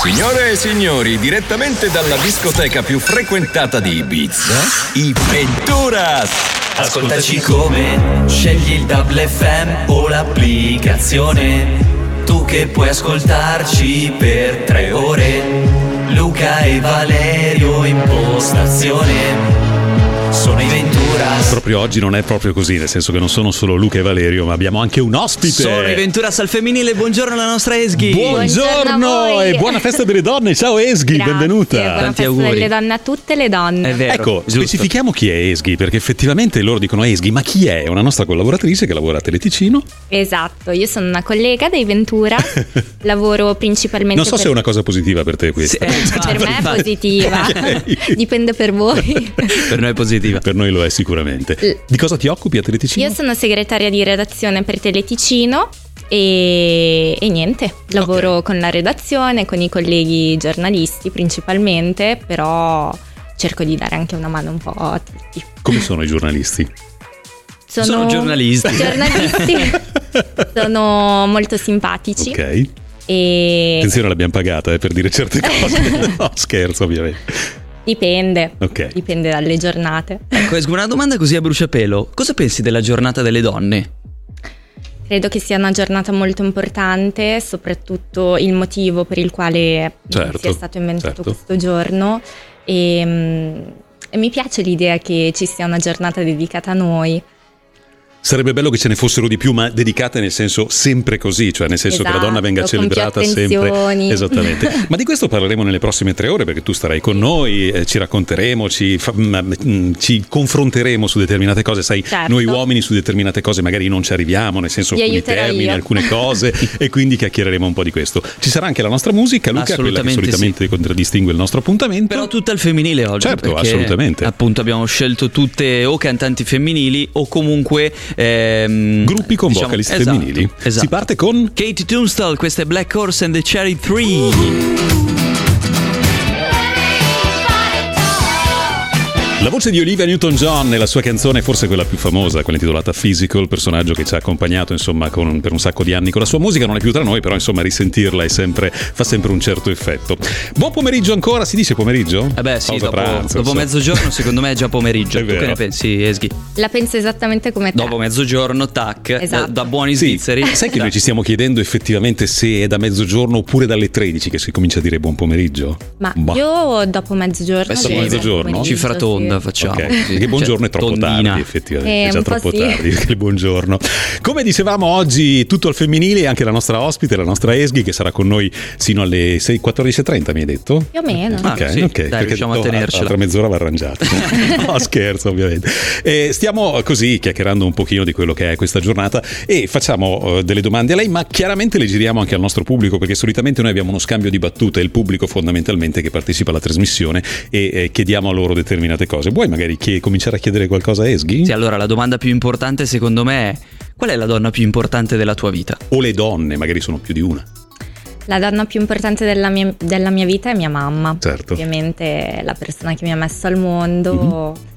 Signore e signori, direttamente dalla discoteca più frequentata di Ibiza, i Venturas. Ascoltaci come? Scegli il Double FM o l'applicazione. Tu che puoi ascoltarci per tre ore. Luca e Valerio in postazione. Sono i Venturas. Proprio oggi non è proprio così, nel senso che non sono solo Luca e Valerio, ma abbiamo anche un ospite. Sono i Venturas al femminile, buongiorno alla nostra Esghi. Buongiorno a Buongiorno voi. e buona festa delle donne. Ciao Esghi, Grazie, benvenuta. buona Tanti festa auguri. delle donne a tutte le donne. È vero. Ecco, giusto. specifichiamo chi è Esghi, perché effettivamente loro dicono Esghi, ma chi è? È una nostra collaboratrice che lavora a Teleticino. Esatto, io sono una collega dei Ventura, lavoro principalmente Non so per... se è una cosa positiva per te Sì, questa. eh, infatti, per me è infatti, positiva, Ok. dipende per voi. Per noi è positiva. Per noi lo è sicuramente. Eh. Di cosa ti occupi a Teleticino? Io sono segretaria di redazione per Teleticino e, e niente, lavoro con la redazione, con i colleghi giornalisti principalmente, però cerco di dare anche una mano un po' a tutti. Come sono i giornalisti? Sono giornalisti. giornalisti. sono molto simpatici Ok. e Attenzione, l'abbiamo pagata eh, per dire certe cose. no, scherzo, ovviamente. dipende, Ok. dipende dalle giornate. Ecco, Esghi, una domanda così a bruciapelo. Cosa pensi della giornata delle donne? Credo che sia una giornata molto importante, soprattutto il motivo per il quale Certo, sia stato certo. inventato questo giorno. E, mm, e mi piace l'idea che ci sia una giornata dedicata a noi. Sarebbe bello che ce ne fossero di più, ma dedicate nel senso sempre così, cioè nel senso che la Esatto, donna venga con più celebrata sempre. attenzioni. Esattamente. ma di questo parleremo nelle prossime tre ore perché tu starai con noi, eh, ci racconteremo, ci, fa- mm, mm, ci confronteremo su determinate cose. Sai, Certo. noi uomini su determinate cose magari non ci arriviamo, nel senso Vi alcuni aiuterò termini, io. alcune cose, e quindi chiacchiereremo un po' di questo. Ci sarà anche la nostra musica, Luca, quella che Assolutamente solitamente contraddistingue il nostro appuntamento. Però tutta al femminile oggi. Certo, perché, assolutamente. Appunto, abbiamo scelto tutte o cantanti femminili o comunque ehm, Gruppi con diciamo- vocalist esatto, femminili. Esatto. Si parte con Katie Tunstall, questa è Black Horse and the Cherry 3. Uh-huh. La voce di Olivia Newton-John nella sua canzone, forse quella più famosa, quella intitolata Physical, personaggio che ci ha accompagnato insomma con- per un sacco di anni con la sua musica, non è più tra noi, però insomma risentirla è sempre- fa sempre un certo effetto. Buon pomeriggio ancora, si dice pomeriggio? Eh beh, sì, Pausa dopo, pranzo, dopo insomma. mezzogiorno, secondo me è già pomeriggio. È Tu che vero. ne pensi, Esghi? La penso esattamente come te. Dopo mezzogiorno, tac, Eh. Esatto. da, da buoni Sì, svizzeri. sai che Già. noi ci stiamo chiedendo effettivamente se è da mezzogiorno oppure dalle 13 che si comincia a dire buon pomeriggio? Ma Bah. io dopo mezzogiorno... Beh, sì, sì, dopo mezzogiorno? pomeriggio, Cifra sì. tonda, facciamo. Ok, così. Perché buongiorno Cioè, è troppo tondina. tardi, effettivamente. Eh, è già un po' troppo sì. tardi. Il buongiorno. Come dicevamo oggi, tutto al femminile, anche la nostra ospite, la nostra Esghi, che sarà con noi sino alle 6, 14.30, mi hai detto? Più o meno. Ah, ok, sì. ok. Dai, perché riusciamo a detto, tenercela. ah, Tra mezz'ora va arrangiata. no, scherzo, ovviamente. Eh, stiamo così chiacchierando un pochino di quello che è questa giornata e facciamo eh, delle domande a lei, ma chiaramente le giriamo anche al nostro pubblico, perché solitamente noi abbiamo uno scambio di battute, è il pubblico fondamentalmente che partecipa alla trasmissione e eh, chiediamo a loro determinate cose. Vuoi magari che- cominciare a chiedere qualcosa a Esghi? Sì, allora la domanda più importante secondo me è qual è la donna più importante della tua vita? O le donne, magari sono più di una. La donna più importante della mia, della mia vita è mia mamma. Certo. Ovviamente è la persona che mi ha messo al mondo. Mhm.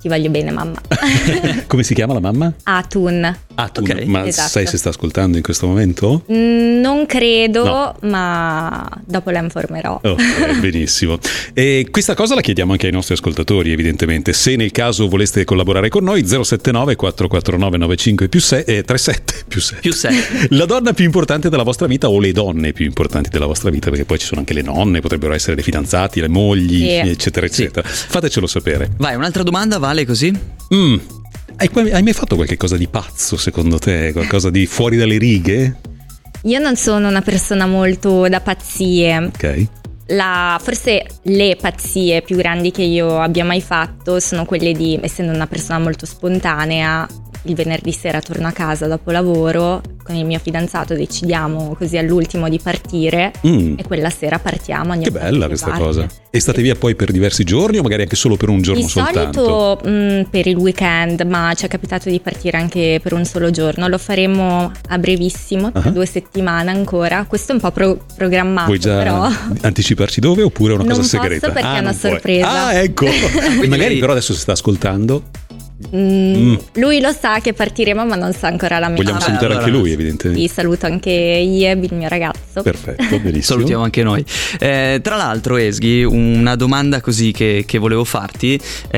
Ti voglio bene, mamma. Come si chiama la mamma? Atun. Ah, tu. Ok, ma esatto. sai se sta ascoltando in questo momento? Mm, Non credo, No. Oh. ma dopo la informerò. Ok, eh, benissimo. E questa cosa la chiediamo anche ai nostri ascoltatori, evidentemente. Se nel caso voleste collaborare con noi, 079 449 95 più se- eh, 37 più 7. Più sei. La donna più importante della vostra vita o le donne più importanti della vostra vita, perché poi ci sono anche le nonne, potrebbero essere le fidanzate, le mogli, Sì. eccetera, Sì. eccetera. Fatecelo sapere. Vai, un'altra domanda vale così? Mm. Hai, hai mai fatto qualche cosa di pazzo, secondo te? Qualcosa di fuori dalle righe? Io non sono una persona molto da pazzie. Ok. La- forse le pazzie più grandi che io abbia mai fatto sono quelle di, essendo una persona molto spontanea, il venerdì sera torno a casa dopo lavoro, con il mio fidanzato decidiamo così all'ultimo di partire Mm. e quella sera partiamo. Che andiamo da bella qualche questa parte. cosa. E state via poi per diversi giorni o magari anche solo per un giorno Di soltanto? solito mm, per il weekend, ma ci è capitato di partire anche per un solo giorno. Lo faremo a brevissimo, tra Ah. due settimane ancora. Questo è un po' pro- programmato, Vuoi già però. anticiparci dove oppure è una Non cosa posso segreta? Ah, perché è una non puoi. sorpresa. Ah, ecco. Quindi magari lei- però adesso si sta ascoltando Mm, Mm. Lui lo sa che partiremo, ma non sa ancora la mia Vogliamo Ah, data. salutare allora- anche lui, Sì, evidentemente. saluto anche Ieb, il mio ragazzo. Perfetto, benissimo. Salutiamo anche noi. Eh, tra l'altro, Esghi, una domanda così che, che volevo farti: è,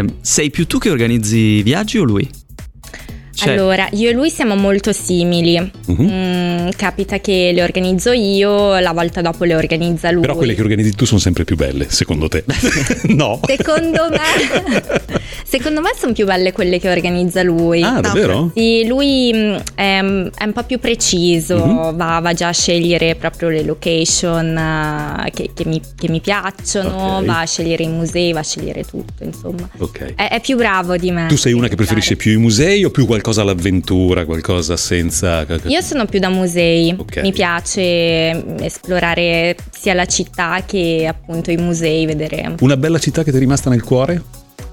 eh, sei più tu che organizzi i viaggi o lui? Cioè, Allora, io e lui siamo molto simili. Mhm. Mm, capita che le organizzo io, la volta dopo le organizza lui. Però quelle che organizzi tu sono sempre più belle, secondo te? no. Secondo me, secondo me sono più belle quelle che organizza lui. Ah, davvero? Sì, lui mm, è, è un po' più preciso, Mhm. va, va già a scegliere proprio le location eh, che, che mi, che mi piacciono, Ok. va a scegliere i musei, va a scegliere tutto, insomma. Ok. È, è più bravo di me. Tu sei una che preferisce più. più i musei o più qualcosa all'avventura, qualcosa senza... Io sono più da musei, Ok. mi piace mm, esplorare sia la città che appunto i musei, vedere un Una bella città che ti è rimasta nel cuore?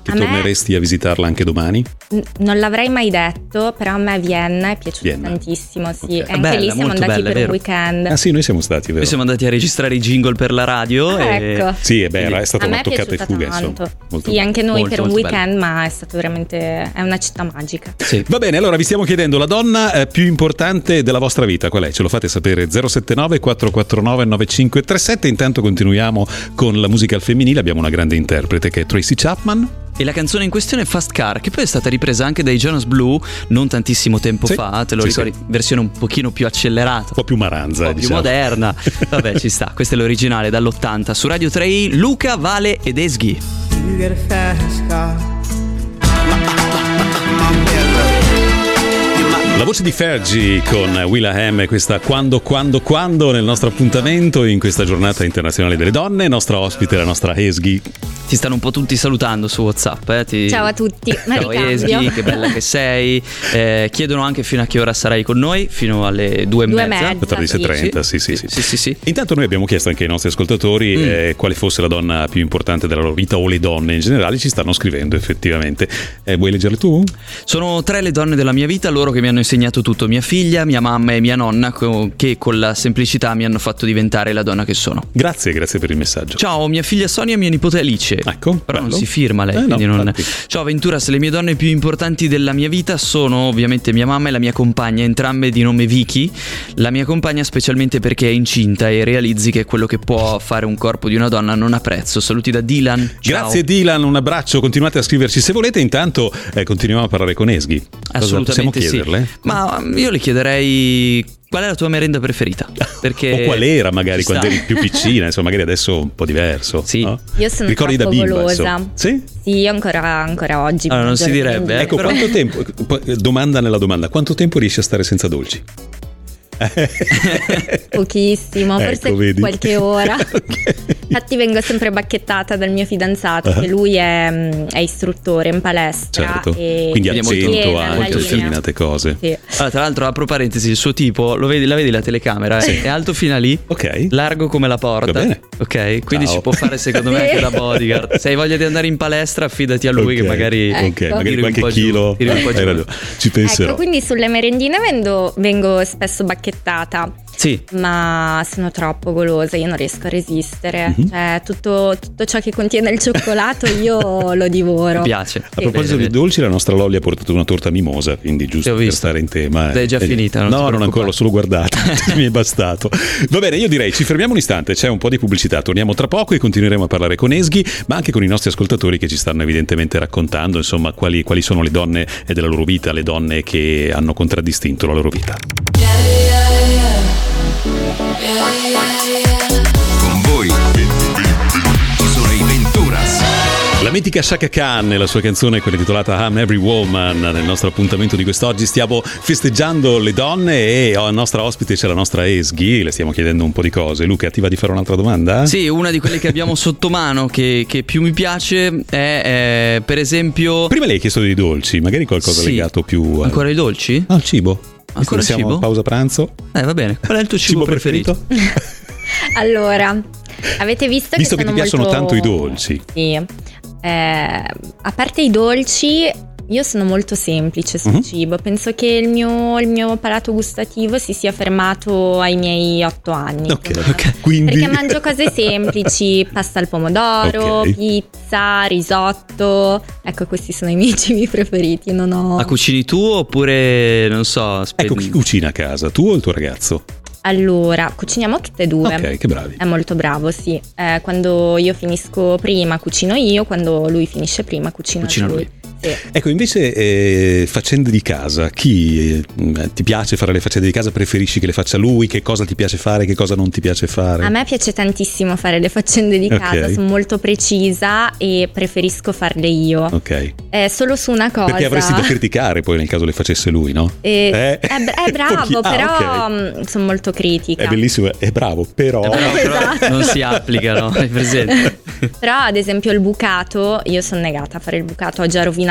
Che A me- torneresti a visitarla anche domani? N- Non l'avrei mai detto, però a me Vienna è piaciuta Vienna. tantissimo, sì. Ok. E anche Bella, lì siamo molto andati bella, è per un vero. Eh, weekend. Ah sì, noi siamo stati, vero? noi siamo andati a registrare i jingle per la radio. Ah, e- ecco. Sì, è bella, è stata a me una è toccata e piaciuta fuga, tanto. insomma. Molto sì, bella. anche noi Molto, per un molto weekend, ma è stato veramente è una città magica. Sì. Va bene, allora vi stiamo chiedendo la donna eh, più importante della vostra vita, qual è? Ce lo fate sapere 079 449 9537. Intanto continuiamo con la musica al femminile, abbiamo una grande interprete che è Tracy Chapman. E la canzone in questione è Fast Car, che poi è stata ripresa anche dai Jonas Blue non tantissimo tempo Sì. fa, te lo Sì, ricordi, sì. versione un pochino più accelerata. Un po' più maranza, un po' eh, più diciamo. moderna. Vabbè, ci sta. Questo è l'originale dall'80 su Radio 3 Luca, Vale ed Esghi. You got a fast car. La voce di Fergie con Willa Ham è questa quando, quando, quando nel nostro appuntamento in questa giornata internazionale delle donne. Nostra ospite, la nostra Esghi. Esatto, Ti stanno un po' tutti salutando su WhatsApp. eh, ti- Ciao a tutti, ma Ciao ricambio. Esghi, Cioè, eh, che bella che sei. Eh, chiedono anche fino a che ora sarai con noi, fino alle due e Due e mezza. mezza. 14.30, sì, sì, sì. Sì, sì, sì. Intanto noi abbiamo chiesto anche ai nostri ascoltatori Mm. eh, quale fosse la donna più importante della loro vita o le donne in generale, ci stanno scrivendo effettivamente. Eh, vuoi leggerle tu? Sono tre le donne della mia vita, loro che mi hanno insegnato tutto, mia figlia, mia mamma e mia nonna, co- che con la semplicità mi hanno fatto diventare la donna che sono. Grazie, grazie per il messaggio. Ciao, mia figlia Sonia e mia nipote Alice. Ecco, Però bello. non si firma lei, Eh, no, quindi non... infatti. Ciao Venturas, le mie donne più importanti della mia vita sono ovviamente mia mamma e la mia compagna, entrambe di nome Vicky. La mia compagna specialmente perché è incinta e realizzi che quello che può fare un corpo di una donna non ha prezzo. Saluti da Dylan. Ciao. Grazie Dylan, un abbraccio, continuate a scriverci se volete, intanto eh, continuiamo a parlare con Esghi. Cosa Assolutamente possiamo sì. chiederle? Ma um, io le chiederei qual è la tua merenda preferita? Perché O qual era magari Ci sta. quando eri più piccina, insomma magari adesso un po' diverso. Sì. no? Io sono Ricordi da troppo bimba. golosa. insomma. Sì? Sì, io ancora, ancora oggi. Allora, non si mangio le direbbe, frangelle. Ecco, però- quanto tempo, p- domanda nella domanda, quanto tempo riesci a stare senza dolci? Pochissimo, forse Ecco, vedi. qualche ora. Ok. Infatti vengo sempre bacchettata dal mio fidanzato, Ah. che lui è, mm, è istruttore in palestra. Certo, e quindi Quindi è accento molto- Sì, Ecco, è anche a bella linea. determinate cose. Sì. Allora, tra l'altro, apro parentesi, il suo tipo, lo vedi, la vedi la telecamera? È alto fino a lì, Ok. largo come la porta. Va bene. Ok, quindi Ciao. ci può fare secondo Sì. me anche da bodyguard. Se hai voglia di andare in palestra, affidati a lui Ok, che magari ok, Ecco. magari Tiri un qualche po' giù, chilo tiri un po' hai giù. ragione, ci penserò. Ecco, quindi sulle merendine vendo- vengo spesso bacchettata, Sì. ma sono troppo golosa, io non riesco a resistere. Mhm. Cioè, tutto, tutto ciò che contiene il cioccolato io lo Mi divoro. piace. A proposito Bene, di dolci, la nostra Lolly ha portato una torta mimosa, quindi giusto L'ho per visto. stare in tema. L'hai già eh, finita, non ti no, non preoccupare. ancora, l'ho solo guardata, mi è bastato. Va bene, io direi ci fermiamo un istante, c'è un po' di pubblicità, torniamo tra poco e continueremo a parlare con Esghi, ma anche con i nostri ascoltatori che ci stanno evidentemente raccontando, insomma, quali, quali sono le donne eh, della loro vita, le donne che hanno contraddistinto la loro vita. Con voi ci sono i Venturas. La mitica Shaka Khan e la sua canzone, quella intitolata I'm Every Woman, nel nostro appuntamento di quest'oggi stiamo festeggiando le donne e a nostra ospite c'è la nostra Esghi, le stiamo chiedendo un po' di cose. Luca, ti va di fare un'altra domanda? Sì, una di quelle che abbiamo sotto mano che, che più mi piace è, eh, per esempio. Prima lei ha chiesto dei dolci, magari qualcosa Sì. legato più al- Ancora i dolci? al cibo. Visto Ancora che siamo cibo? a pausa pranzo. Eh, va bene. Qual è il tuo cibo, preferito? Allora, avete visto Visto che, che ti sono piacciono molto- tanto i dolci. Sì. Eh, a parte i dolci, Io sono molto semplice sul Mhm. cibo, penso che il mio, il mio palato gustativo si sia fermato ai miei otto anni. Ok, insomma. quindi... Ecco, Perché mangio cose semplici, pasta al pomodoro, Ok. pizza, risotto. Ecco, questi sono i miei cibi preferiti. Non Ah, ho. Ma cucini tu oppure non so, spe- Ecco, chi cucina a casa? Tu o il tuo ragazzo? Allora, cuciniamo tutte e due. Ok, che bravi. È molto bravo, sì. Eh, quando io finisco prima, cucino io, quando lui finisce prima, cucino, Cucina lui. Sì. Ecco, invece eh, faccende di casa, chi eh, mh, ti piace fare le faccende di casa? Preferisci che le faccia lui? Che cosa ti piace fare? Che cosa non ti piace fare? A me piace tantissimo fare le faccende di Ok. casa, sono molto precisa e preferisco farle io. Ok. Eh, solo su una cosa. Ah. Perché avresti da criticare poi nel caso le facesse lui, no? Eh, Eh. è, bra- è bravo, Pochi- ah, però ok. mh, sono molto critica. È bellissimo, è bravo, però... Eh, però, però Esatto. non si applica, no? Hai presente? Però, ad esempio, il bucato, io sono negata a fare il bucato, ho già rovinato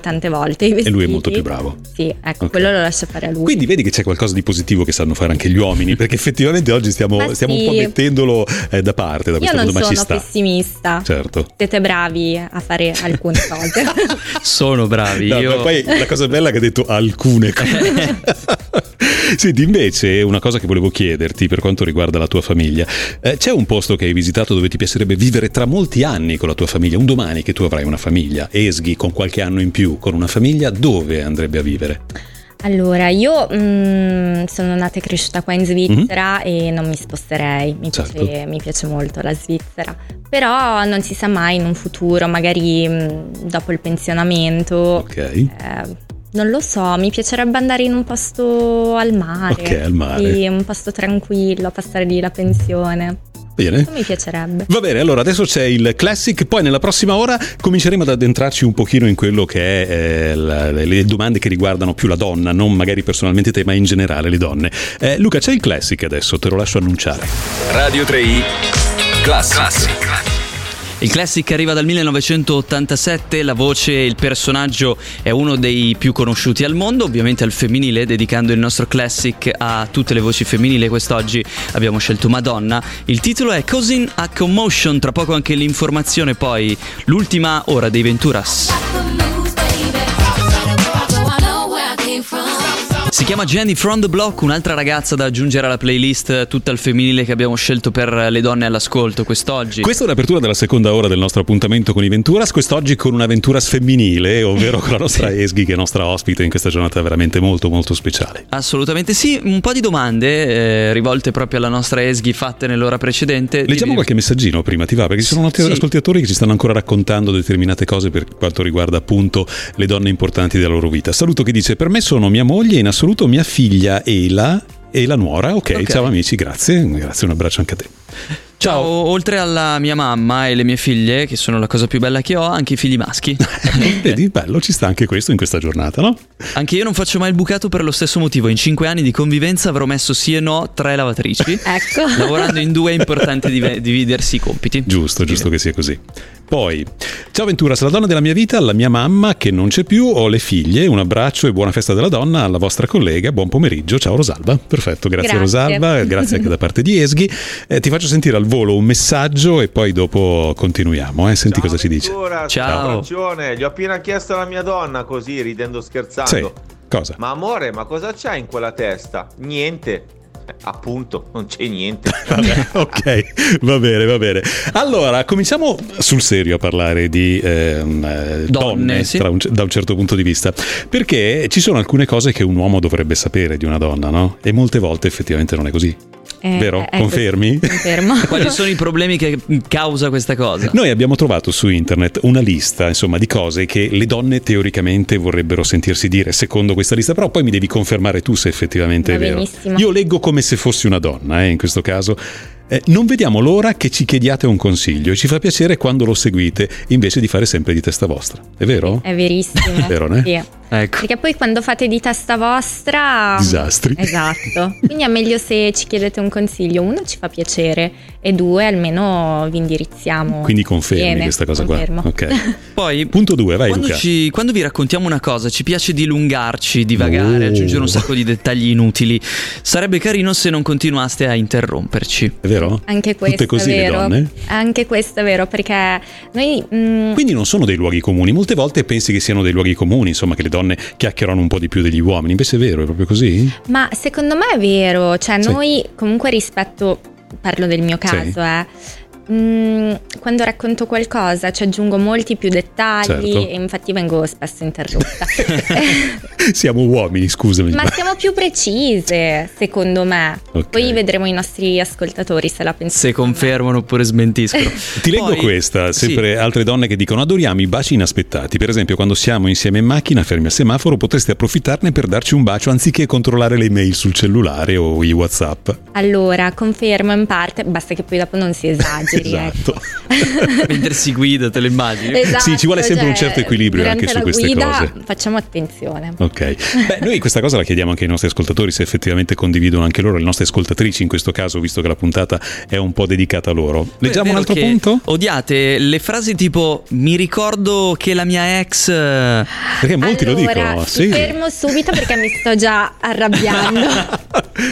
tante volte i vestiti. E lui è molto più bravo. Sì, ecco, Ok. quello lo lascio fare a lui. Quindi vedi che c'è qualcosa di positivo che sanno fare anche gli uomini, perché effettivamente oggi stiamo, Ma stiamo sì. un po' mettendolo eh, da parte da io questo non mondo, ma sono ci sta. pessimista. Certo. Siete bravi a fare alcune cose. Sono bravi. No, io... ma poi la cosa bella è che ha detto alcune cose. Senti, invece, una cosa che volevo chiederti per quanto riguarda la tua famiglia. Eh, c'è un posto che hai visitato dove ti piacerebbe vivere tra molti anni con la tua famiglia? Un domani che tu avrai una famiglia, esghi con qualche anno in più, con una famiglia, dove andrebbe a vivere? allora, io mh, sono nata e cresciuta qua in Svizzera e non mi sposterei. Mi, Mhm. Certo. piace, mi piace molto la Svizzera. Però non si sa mai in un futuro, magari mh, dopo il pensionamento. Ok. Eh, non lo so, mi piacerebbe andare in un posto al mare. Ok, al mare. Sì, un posto tranquillo, a passare lì la pensione. Bene. Questo mi piacerebbe. Va bene, allora adesso c'è il classic, poi nella prossima ora cominceremo ad addentrarci un pochino in quello che è eh, la- le domande che riguardano più la donna, non magari personalmente te, ma in generale le donne. Eh, Luca, c'è il classic adesso, te lo lascio annunciare. Radio 3 Classic. Il classic arriva dal 1987, la voce, il personaggio è uno dei più conosciuti al mondo, ovviamente al femminile, dedicando il nostro classic a tutte le voci femminili. Quest'oggi abbiamo scelto Madonna. Il titolo è Cousin a Commotion, tra poco anche l'informazione, poi l'ultima ora dei Venturas. Si chiama Jenny from the Block, un'altra ragazza da aggiungere alla playlist tutta al femminile che abbiamo scelto per le donne all'ascolto quest'oggi. Questa è l'apertura della seconda ora del nostro appuntamento con i Venturas, quest'oggi con una Venturas femminile, ovvero con la nostra Esghi che è nostra ospite in questa giornata veramente molto molto speciale. Assolutamente sì, un po' di domande eh, rivolte proprio alla nostra Esghi fatte nell'ora precedente. Leggiamo Direi- qualche messaggino prima, ti va? Perché ci sono altri Sì. ascoltatori che ci stanno ancora raccontando determinate cose per quanto riguarda appunto le donne importanti della loro vita. Saluto che dice: Per me sono mia moglie, e in assoluto mia figlia Ela. E la nuora, Ok. ok, ciao amici, grazie, grazie, un abbraccio anche a te. Ciao, oltre alla mia mamma e le mie figlie, che sono la cosa più bella che ho, anche i figli maschi. Vedi, bello, ci sta anche questo in questa giornata, no? anche io non faccio mai il bucato per lo stesso motivo. In cinque anni di convivenza avrò messo sì e no tre lavatrici. Ecco. Lavorando in due è importante div- dividersi i compiti. Giusto, giusto che sia così. Poi, ciao Ventura, la donna della mia vita, la mia mamma che non c'è più, ho le figlie, un abbraccio e buona festa della donna alla vostra collega, buon pomeriggio, ciao Rosalba. Perfetto, grazie, Grazie. Rosalba, grazie anche da parte di Esghi. Eh, ti faccio sentire al volo un messaggio e poi dopo continuiamo, eh. senti cosa ci dice. Ventura, Ciao. sono Braccione. Gli ho appena chiesto alla mia donna, così ridendo scherzando. Sì, cosa? Ma amore, ma cosa c'è in quella testa? Niente. Eh, appunto, non c'è niente. Vabbè, ok, va bene, va bene. Allora, cominciamo sul serio a parlare di ehm, eh, donne, sì. tra un- da un certo punto di vista, perché ci sono alcune cose che un uomo dovrebbe sapere di una donna, no? E molte volte effettivamente non è così. Eh, Vero? ecco, Confermi? Confermo. Quali sono i problemi che causa questa cosa? Noi abbiamo trovato su internet una lista, insomma, di cose che le donne teoricamente vorrebbero sentirsi dire secondo questa lista, però poi mi devi confermare tu se effettivamente Va è vero. benissimo. Io leggo come se fossi una donna, eh, in questo caso. Eh, non vediamo l'ora che ci chiediate un consiglio e ci fa piacere quando lo seguite, invece di fare sempre di testa vostra. È vero? È verissimo. Vero, eh? Sì. Ecco. Perché poi quando fate di testa vostra... Disastri. Esatto. Quindi è meglio se ci chiedete un consiglio. Uno ci fa piacere e due almeno vi indirizziamo. Quindi confermi Bene, questa cosa confermo. qua. Ok. Poi Punto 2, vai quando, Luca. ci- quando vi raccontiamo una cosa ci piace dilungarci, divagare, Oh. aggiungere un sacco di dettagli inutili. Sarebbe carino se non continuaste a interromperci. È vero, vero? Anche questo Tutte così è le vero. donne? Anche questo è vero, perché noi mm, Quindi non sono dei luoghi comuni, molte volte pensi che siano dei luoghi comuni, insomma che le donne chiacchierano un po' di più degli uomini, invece è vero, è proprio così? Ma secondo me è vero, cioè Sì. noi comunque rispetto, parlo del mio Sì. caso, eh, mm, quando racconto qualcosa ci aggiungo molti più dettagli Certo. e infatti vengo spesso interrotta. Siamo uomini, scusami. Ma siamo più precise, secondo me. Ok. Poi vedremo i nostri ascoltatori se la pensano. Se confermano oppure smentiscono. Ti leggo Poi- questa, sì. sempre altre donne che dicono adoriamo i baci inaspettati, per esempio quando siamo insieme in macchina fermi al semaforo potreste approfittarne per darci un bacio anziché controllare le mail sul cellulare o i whatsapp. Allora, confermo in parte, basta che poi dopo non si esageri. ecco. esatto. Mentre si guida, te lo immagini. Esatto, Sì, ci vuole sempre un cioè, certo equilibrio durante anche su la queste guida cose. Facciamo attenzione. Ok, beh, noi questa cosa la chiediamo anche ai nostri ascoltatori se effettivamente condividono anche loro, le nostre ascoltatrici in questo caso, visto che la puntata è un po' dedicata a loro. Leggiamo Poi è un vero altro che punto? Odiate le frasi tipo mi ricordo che la mia ex eh, Perché molti lo Allora, dicono. mi Sì. fermo subito perché mi sto già arrabbiando.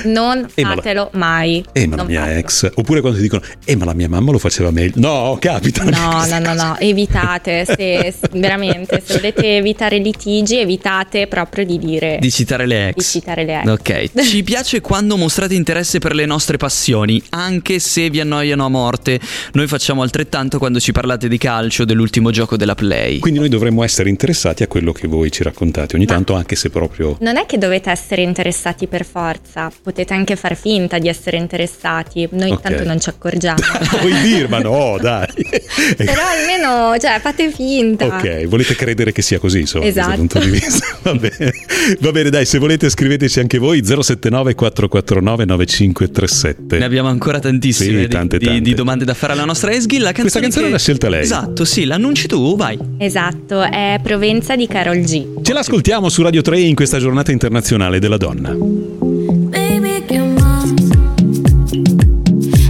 Non Eh, ma la- fatelo mai. Eh, ma la Non mia fatelo. ex. Oppure quando ti dicono, eh, ma la mia mamma lo faceva meglio. No, capita. No, no, no, no, evitate, se- se- veramente, se volete evitare litigi, evitate proprio di dire, di citare le ex. di citare le ex. Ok, Eh. ci piace quando mostrate interesse per le nostre passioni, anche se vi annoiano a morte. Noi facciamo altrettanto quando ci parlate di calcio, dell'ultimo gioco della Play. Quindi noi dovremmo essere interessati a quello che voi ci raccontate ogni tanto, anche se proprio... Non è che dovete essere interessati per forza, potete anche far finta di essere interessati, noi Ok. tanto non ci accorgiamo. Vuoi dir, ma no, dai. Però almeno, cioè, fate finta. Ok, volete credere che sia così, insomma, Esatto. da questo punto di vista. Va bene. Va bene, dai, se volete scriveteci anche voi 079 449 9537. Ne abbiamo ancora tantissime Sì, di- tante, di, tante. di domande da fare alla nostra Esghi. La Questa canzone che- l'ha scelta lei. Esatto, sì, l'annunci tu, vai. Esatto, è Provenza di Carol G. Ce l'ascoltiamo su Radio 3 in questa giornata internazionale della donna. Baby, ¿qué más?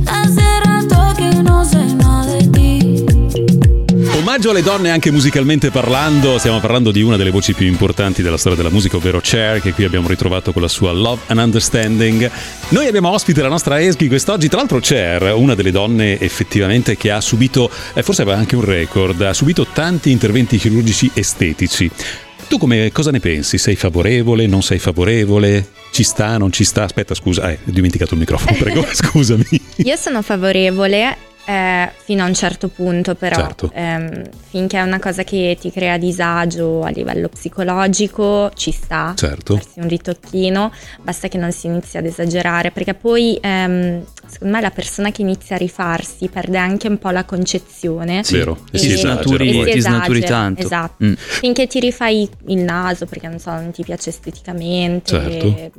Hace rato que no sé nada de ti. Omaggio alle donne anche musicalmente parlando, stiamo parlando di una delle voci più importanti della storia della musica, ovvero Cher, che qui abbiamo ritrovato con la sua Love and Understanding. Noi abbiamo ospite la nostra Eschi quest'oggi, tra l'altro Cher, una delle donne effettivamente che ha subito, eh, forse aveva anche un record, ha subito tanti interventi chirurgici estetici. Tu come, cosa ne pensi? Sei favorevole? Non sei favorevole? Ci sta? Non ci sta? Aspetta, scusa, eh, ho dimenticato il microfono, prego, scusami. Io sono favorevole eh, fino a un certo punto, però Certo. ehm, finché è una cosa che ti crea disagio a livello psicologico, ci sta. Certo. Farsi un ritocchino, basta che non si inizi ad esagerare, perché poi ehm, secondo me la persona che inizia a rifarsi perde anche un po' la concezione. Vero, E e si si esagera snaturi- poi. E si ti snaturi esagera, tanto. esatto. Mm. Finché ti rifai il naso, perché non so, non ti piace esteticamente, Certo.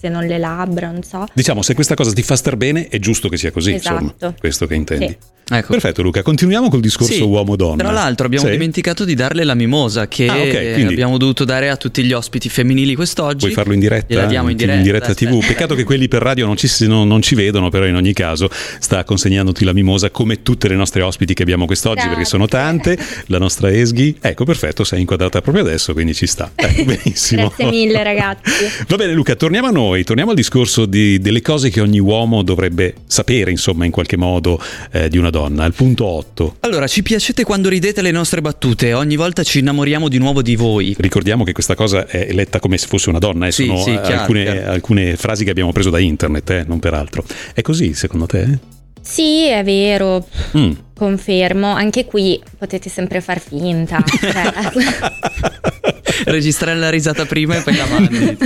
se non le labbra, non so. Diciamo, se questa cosa ti fa star bene, è giusto che sia così, insomma. Esatto. Questo che intendi. Sì. Ecco. Perfetto, Luca, continuiamo col discorso Sì. uomo-donna. Tra l'altro abbiamo Sì? dimenticato di darle la mimosa che Ah, ok, quindi- abbiamo dovuto dare a tutti gli ospiti femminili quest'oggi. Puoi farlo in diretta? Gliela diamo in diretta. TV. aspetta. Peccato che quelli per radio non ci, si- non- non ci vedono, però in ogni caso sta consegnandoti la mimosa come tutte le nostre ospiti che abbiamo quest'oggi, Grazie. perché sono tante. La nostra Esghi, ecco, perfetto, sei inquadrata proprio adesso, quindi ci sta. Ecco, benissimo. Grazie mille ragazzi. Va bene Luca, torniamo a noi, torniamo al discorso di- delle cose che ogni uomo dovrebbe sapere, insomma, in qualche modo eh, di una donna, al punto 8. Allora, ci piacete quando ridete le nostre battute, ogni volta ci innamoriamo di nuovo di voi. Ricordiamo che questa cosa è letta come se fosse una donna, e Sì, sono sì, eh, chiaro, alcune, chiaro. alcune frasi che abbiamo preso da internet, eh, non peraltro. È così secondo te? Sì, è vero, Mm. confermo. Anche qui potete sempre far finta. Cioè, Registrare la risata prima e poi la mandi.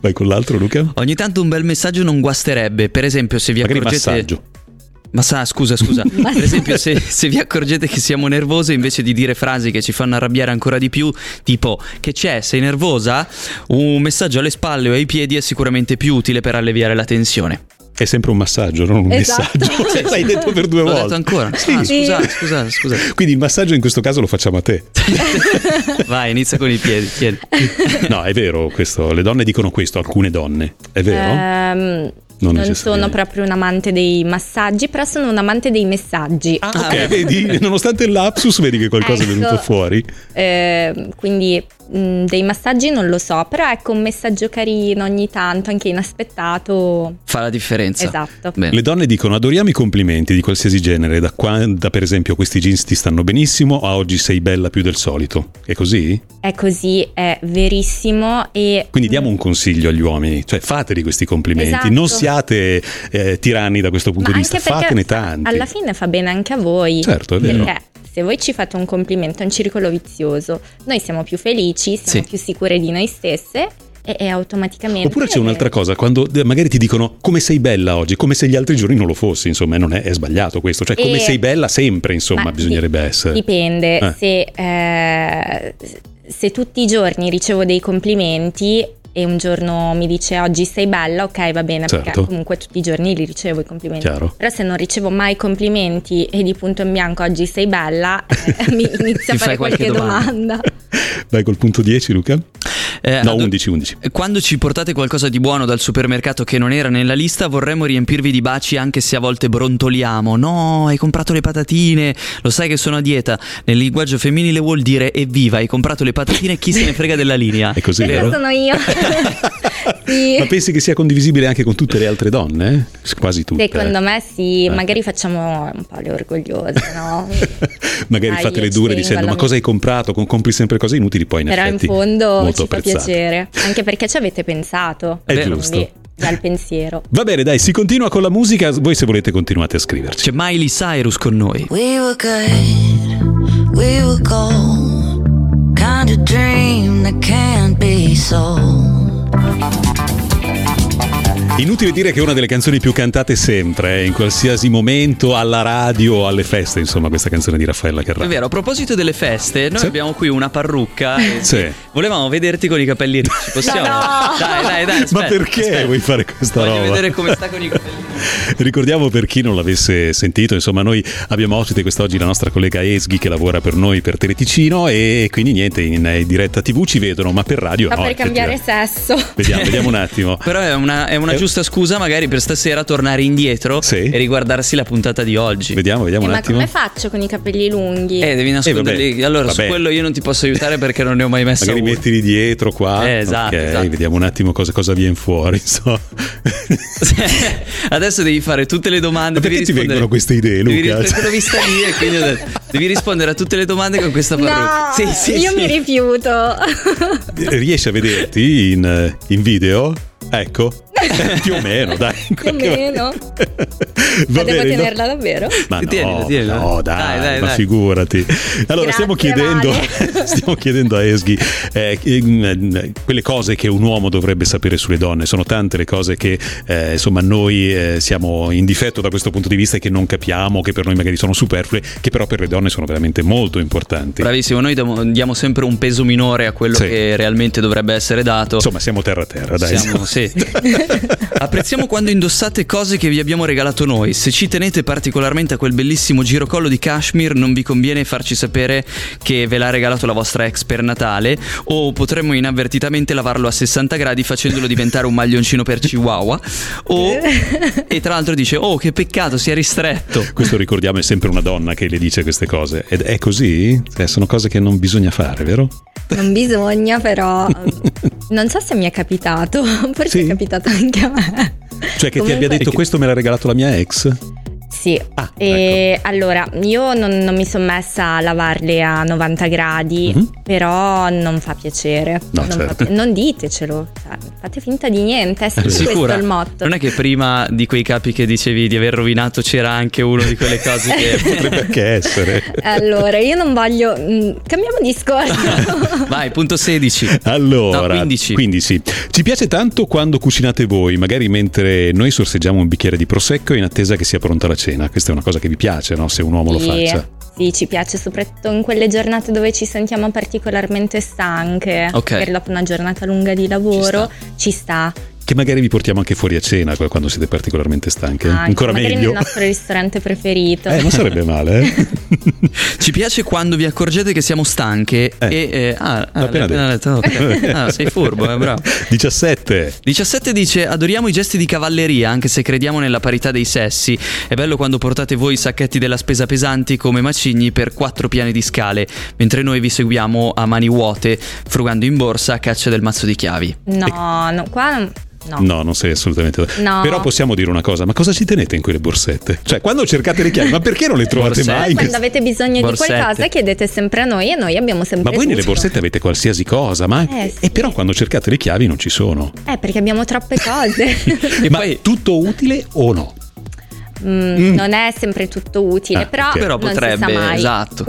Vai con l'altro Luca? Ogni tanto un bel messaggio non guasterebbe, per esempio se vi Magari accorgete... massaggio. Ma sa, scusa, scusa. per esempio, se, se vi accorgete che siamo nervose, invece di dire frasi che ci fanno arrabbiare ancora di più, tipo che c'è, sei nervosa? Un messaggio alle spalle o ai piedi è sicuramente più utile per alleviare la tensione. È sempre un massaggio, non un Esatto. messaggio. Cioè, L'hai detto per due L'ho volte. detto ancora. Sì. Ah, Sì. scusa, scusa, scusa. Quindi il massaggio in questo caso lo facciamo a te. Vai, inizia con i piedi. chiedi. No, è vero questo. Le donne dicono questo, alcune donne. È vero? ehm, Non non sono necessariamente. proprio un amante dei massaggi, però sono un amante dei messaggi. Ah, ok, vedi, nonostante il lapsus, vedi che qualcosa è eh. Ecco. venuto fuori. Eh, quindi mh, dei massaggi non lo so, però ecco un messaggio carino ogni tanto, anche inaspettato. Fa la differenza. Esatto. Bene. Le donne dicono adoriamo i complimenti di qualsiasi genere, da quando per esempio questi jeans ti stanno benissimo a oggi sei bella più del solito. È così? È così, è verissimo e Quindi diamo un consiglio agli uomini, cioè fateli questi complimenti, Mm. Esatto. non siate eh, tiranni da questo punto Ma di anche vista, perché fatene fa- tanti. alla fine fa bene anche a voi. Certo, è vero. Perché se voi ci fate un complimento è un circolo vizioso. Noi siamo più felici, siamo Sì. più sicure di noi stesse e, e automaticamente. Oppure c'è un'altra cosa, quando eh, magari ti dicono come sei bella oggi, come se gli altri giorni non lo fossi, insomma, e non è, è sbagliato questo, cioè come E- sei bella sempre, insomma, Eh, Ma bisognerebbe essere. Dipende, Eh. se, eh, se tutti i giorni ricevo dei complimenti e un giorno mi dice oggi sei bella, ok va bene, Certo. perché comunque tutti i giorni li ricevo i complimenti. Chiaro. Però se non ricevo mai complimenti e di punto in bianco oggi sei bella, eh, mi inizia a Ti fai fare qualche qualche, domanda. domanda. Vai col punto 10 Luca? Eh, No, ad- 11, 11. Quando ci portate qualcosa di buono dal supermercato che non era nella lista, vorremmo riempirvi di baci anche se a volte brontoliamo. No, hai comprato le patatine, lo sai che sono a dieta. Nel linguaggio femminile vuol dire evviva, hai comprato le patatine, chi se ne frega della Ah, linea. È così, Questa vero? sono io. Sì. Ma pensi che sia condivisibile anche con tutte le altre donne? S- Quasi tutte. Secondo me sì, Eh. magari facciamo un po' le orgogliose, no? Magari Dai, fate le io ci dure tengo dicendo alla ma mia- cosa hai comprato? Com- compri sempre cose inutili, poi in Però in effetti fondo molto ci fa apprezzate. piacere, anche perché ci avete pensato. È Quindi, giusto. Dal pensiero. Va bene, dai, si continua con la musica. Voi se volete continuate a scriverci. C'è Miley Cyrus con noi. We were good, we were gold. Kind of dream that can't be sold. Inutile dire che è una delle canzoni più cantate sempre, eh, in qualsiasi momento, alla radio, alle feste, insomma, questa canzone di Raffaella È Carrà. vero, a proposito delle feste, noi Sì. abbiamo qui una parrucca. e Sì. Volevamo vederti con i capelli ricci, possiamo? No! Dai, dai, Eh, dai. aspetta, Ma perché aspetta. vuoi fare questa Voglio roba? vedere come sta con i capelli. Ricordiamo per chi non l'avesse sentito, insomma, noi abbiamo ospite quest'oggi la nostra collega Esghi che lavora per noi per Teleticino e quindi niente, in eh, diretta TV ci vedono, ma per radio Ma no. per cambiare effettivamente. sesso. Vediamo, vediamo un attimo. Però è una, è una Eh. giusta scusa magari per stasera tornare indietro Sì. e riguardarsi la puntata di oggi. Vediamo, vediamo Eh, un ma attimo. come faccio con i capelli lunghi? Eh, devi Eh, nasconderli. vabbè, allora, vabbè. su quello io non ti posso aiutare perché non ne ho mai messo Magari uno. mettili dietro qua. Eh, esatto, ok, esatto. vediamo un attimo cosa, cosa viene fuori. so. Adesso devi fare tutte le domande. Ma perché devi ti rispondere- vengono queste idee, devi Luca? ris- perché l'ho vista lì e quindi ho detto, devi rispondere a tutte le domande con questa parrucca. No, sì, sì, io sì. mi rifiuto. Riesci a vederti in, eh, in video? Ecco, più o meno, dai. in Più o qualche- meno. Va Ma devo bene, no? tenerla davvero? Ma Tienila, no, tienila. no, dai, Dai, dai, ma dai. figurati. Allora, Grazie, stiamo, chiedendo, Vale. stiamo chiedendo a Esghi eh, che- mm, eh, quelle cose che un uomo dovrebbe sapere sulle donne. Sono tante le cose che eh, insomma noi eh, siamo in difetto da questo punto di vista e che non capiamo, che per noi magari sono superflue, che però per le donne sono veramente molto importanti. Bravissimo, noi diamo, diamo sempre un peso minore a quello Sì. che realmente dovrebbe essere dato. Insomma, siamo terra a terra, dai. Siamo- sì. Apprezziamo quando indossate cose che vi abbiamo regalato noi. Se ci tenete particolarmente a quel bellissimo girocollo di cashmere, non vi conviene farci sapere che ve l'ha regalato la vostra ex per Natale. O potremmo inavvertitamente lavarlo a 60 gradi facendolo diventare un maglioncino per Chihuahua. O, e tra l'altro dice: Oh, che peccato, si è ristretto. Questo ricordiamo è sempre una donna che le dice queste cose. Ed è così? Cioè, sono cose che non bisogna fare, vero? Non bisogna, però. Non so se mi è capitato, forse Sì? è capitato anche a me. Cioè, che ti Comunque- abbia detto questo me l'ha regalato la mia ex? Sì. Ah, E allora, io non, non mi sono messa a lavarle a 90 gradi, Mhm. però non fa piacere. No, non, certo. fa- non ditecelo, cioè, fate finta di niente, è sempre questo Sicura? il motto. Non è che prima di quei capi che dicevi di aver rovinato c'era anche uno di quelle cose che. Potrebbe anche essere. Allora, io non voglio. mm, cambiamo discorso. Vai, punto 16. Allora, No, 15. 15. Ci piace tanto quando cucinate voi, magari mentre noi sorseggiamo un bicchiere di prosecco in attesa che sia pronta la cena. Questa è una cosa che vi piace, no? Se un uomo lo Sì, faccia. Sì, ci piace soprattutto in quelle giornate dove ci sentiamo particolarmente stanche. Ok. Per dopo una giornata lunga di lavoro ci sta. che magari vi portiamo anche fuori a cena qu- quando siete particolarmente stanche. Anche, Ancora Ah, magari meglio. nel nostro ristorante preferito. Eh, non sarebbe male, eh? Ci piace quando vi accorgete che siamo stanche Eh. e... eh, ah, ah, L'ho appena l'hai detto. ok. Ah, sei furbo, eh, bravo. 17. 17 dice adoriamo i gesti di cavalleria anche se crediamo nella parità dei sessi. È bello quando portate voi i sacchetti della spesa pesanti come macigni per quattro piani di scale, mentre noi vi seguiamo a mani vuote, frugando in borsa a caccia del mazzo di chiavi. Ecco. No, no, qua no. No, non sei assolutamente. No. Però possiamo dire una cosa: ma cosa ci tenete in quelle borsette? Cioè, quando cercate le chiavi, ma perché non le trovate Borsette. mai? Poi in quando questa- avete bisogno Borsette. di qualcosa chiedete sempre a noi e noi abbiamo sempre Ma voi nelle tutto. borsette avete qualsiasi cosa, ma. Eh, sì. E però quando cercate le chiavi non ci sono. Eh, perché abbiamo troppe cose. E ma poi tutto utile o no? Mm, Non è sempre tutto utile, Ah, però, ok. però non si sa potrebbe, mai. esatto.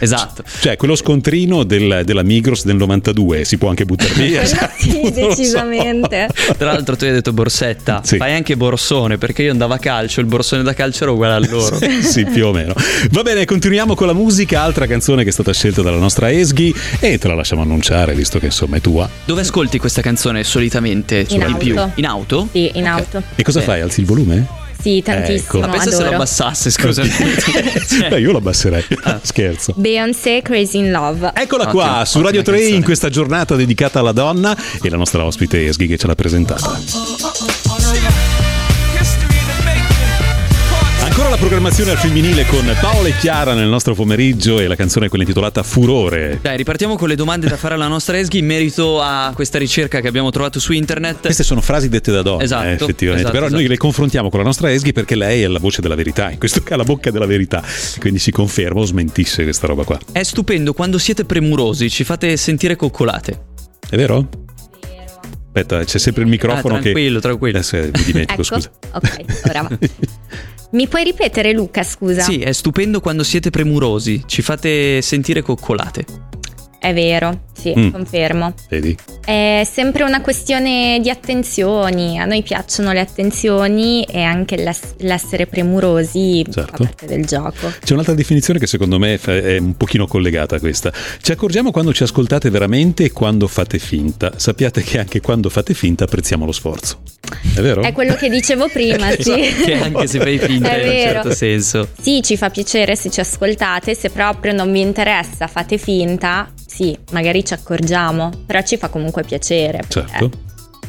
Esatto. Cioè, quello scontrino del- della Migros del 92 si può anche buttare via. Quello cioè, non sì, lo so. decisamente. Tra l'altro tu hai detto borsetta, Sì. fai anche borsone perché io andavo a calcio, il borsone da calcio era uguale a loro. sì, più o meno. Va bene, continuiamo con la musica, altra canzone che è stata scelta dalla nostra Esghi e te la lasciamo annunciare, visto che insomma è tua. Dove ascolti questa canzone solitamente? In Di più? auto. In auto? Sì, in auto. E cosa Bene. fai? Alzi il volume? Sì, Ecco. tantissimo, Ma pensa se lo adoro. abbassasse, scusami. Cioè, Dai, io lo abbasserei. Ah. Scherzo. Beyoncé Crazy in Love. Eccola Ottima, qua su ottima Radio 3 canzone. in questa giornata dedicata alla donna e la nostra ospite Esghi che ce l'ha presentata. Ancora la programmazione al femminile con Paola e Chiara nel nostro pomeriggio e la canzone è quella intitolata Furore. Dai, ripartiamo con le domande da fare alla nostra Esghi in merito a questa ricerca che abbiamo trovato su internet. Queste sono frasi dette da donne, Esatto, eh, effettivamente, esatto, però noi esatto. le confrontiamo con la nostra Esghi perché lei è la voce della verità, in questo caso la bocca della verità, quindi si conferma o smentisce questa roba qua. È stupendo quando siete premurosi, ci fate sentire coccolate. È vero? Aspetta, eh, c'è sempre il microfono Ah, che... tranquillo, tranquillo. Adesso, eh, mi dimentico, Ecco, scusa. ok, ora va. Mi puoi ripetere Luca, scusa? Sì, è stupendo quando siete premurosi, ci fate sentire coccolate. È vero, sì, Mm. confermo. Vedi? È sempre una questione di attenzioni, a noi piacciono le attenzioni e anche l'ess- l'essere premurosi Certo. fa parte del gioco. C'è un'altra definizione che secondo me fa- è un pochino collegata a questa. Ci accorgiamo quando ci ascoltate veramente e quando fate finta. Sappiate che anche quando fate finta apprezziamo lo sforzo. È vero? È quello che dicevo prima, sì. Che anche se fai finta È in un vero. certo senso. Sì, ci fa piacere se ci ascoltate, se proprio non vi interessa fate finta, sì, magari ci accorgiamo, però ci fa comunque piacere. perché Certo.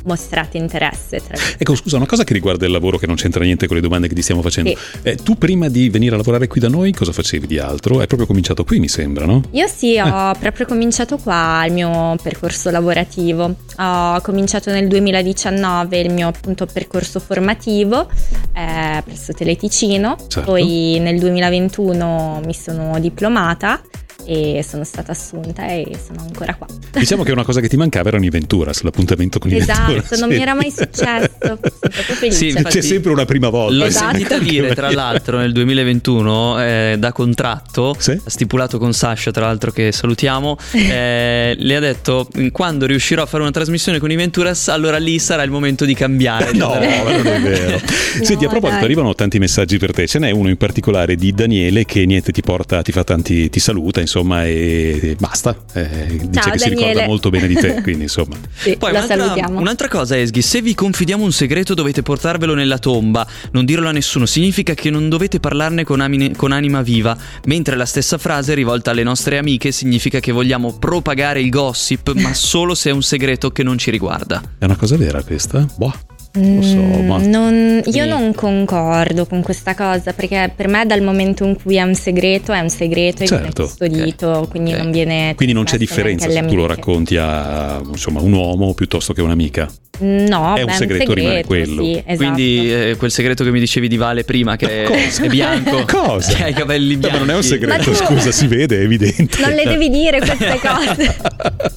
Mostrate interesse. Tra... Ecco, scusa, una cosa che riguarda il lavoro che non c'entra niente con le domande che ti stiamo facendo. Eh, tu prima di venire a lavorare qui da noi cosa facevi di altro? Hai proprio cominciato qui, mi sembra, no? Io sì, Eh. ho proprio cominciato qua il mio percorso lavorativo. Ho cominciato nel 2019 il mio appunto percorso formativo eh, presso Teleticino, Certo. poi nel 2021 mi sono diplomata e sono stata assunta e sono ancora qua. Diciamo che una cosa che ti mancava era un Venturas, l'appuntamento con i Venturas. Esatto, non mi era mai successo. Sono proprio felice. Sì, C'è infatti- sempre una prima volta. L'ho Esatto. sentita dire, tra l'altro, nel 2021, eh, da contratto, Sì. stipulato con Sasha, tra l'altro, che salutiamo, eh, le ha detto, quando riuscirò a fare una trasmissione con i Venturas, allora lì sarà il momento di cambiare. Cioè, di No, andare avanti." ma non è vero. Senti, a proposito, dai. arrivano tanti messaggi per te. Ce n'è uno in particolare di Daniele che niente ti porta, ti fa tanti, ti saluta, insomma, e e basta. Eh, dice Ciao, che si ricorda Daniele. molto bene di te, quindi insomma. Sì, Poi la un'altra, salutiamo. un'altra cosa, Esghi, se vi confidiamo un segreto dovete portarvelo nella tomba, non dirlo a nessuno, significa che non dovete parlarne con, amine- con anima viva, mentre la stessa frase rivolta alle nostre amiche significa che vogliamo propagare il gossip, ma solo se è un segreto che non ci riguarda. È una cosa vera questa? Boh, lo so, Mm, ma... non- io Sì. non concordo con questa cosa perché per me dal momento in cui è un segreto è un segreto e viene Certo. custodito, quindi Ok. non viene... Quindi non c'è trasmesso neanche differenza alle se tu lo amiche. racconti a insomma, un uomo piuttosto che un'amica. No, È un beh, segreto, rimane quello. sì, esatto. Quindi eh, quel segreto che mi dicevi di Vale prima, che è, Cosa? è bianco, Cosa? che ha i capelli No, bianchi. ma non è un Ma segreto, tu- scusa, si vede, è evidente. Non le devi dire queste cose.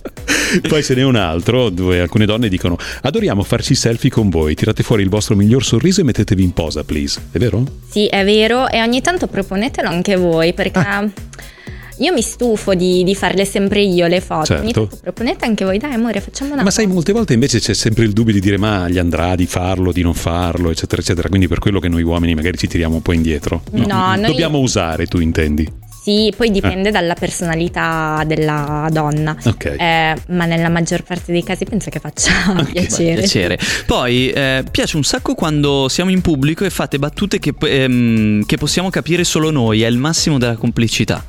Poi ce n'è un altro dove alcune donne dicono adoriamo farci selfie con voi, tirate fuori il vostro miglior sorriso e mettetevi in posa, please. È vero? Sì, è vero, e ogni tanto proponetelo anche voi perché Ah. io mi stufo di, di farle sempre io le foto. Ogni Certo. tanto proponete anche voi, dai amore, facciamo una Ma sai, foto. molte volte invece c'è sempre il dubbio di dire ma gli andrà di farlo, di non farlo, eccetera, eccetera. Quindi per quello che noi uomini magari ci tiriamo un po' indietro. No, noi- Dobbiamo usare, tu intendi. Sì, Eh. poi dipende dalla personalità della donna, Ok. Eh, ma nella maggior parte dei casi penso che faccia piacere. Piacere. Poi eh, piace un sacco quando siamo in pubblico e fate battute che, ehm, che possiamo capire solo noi, è il massimo della complicità.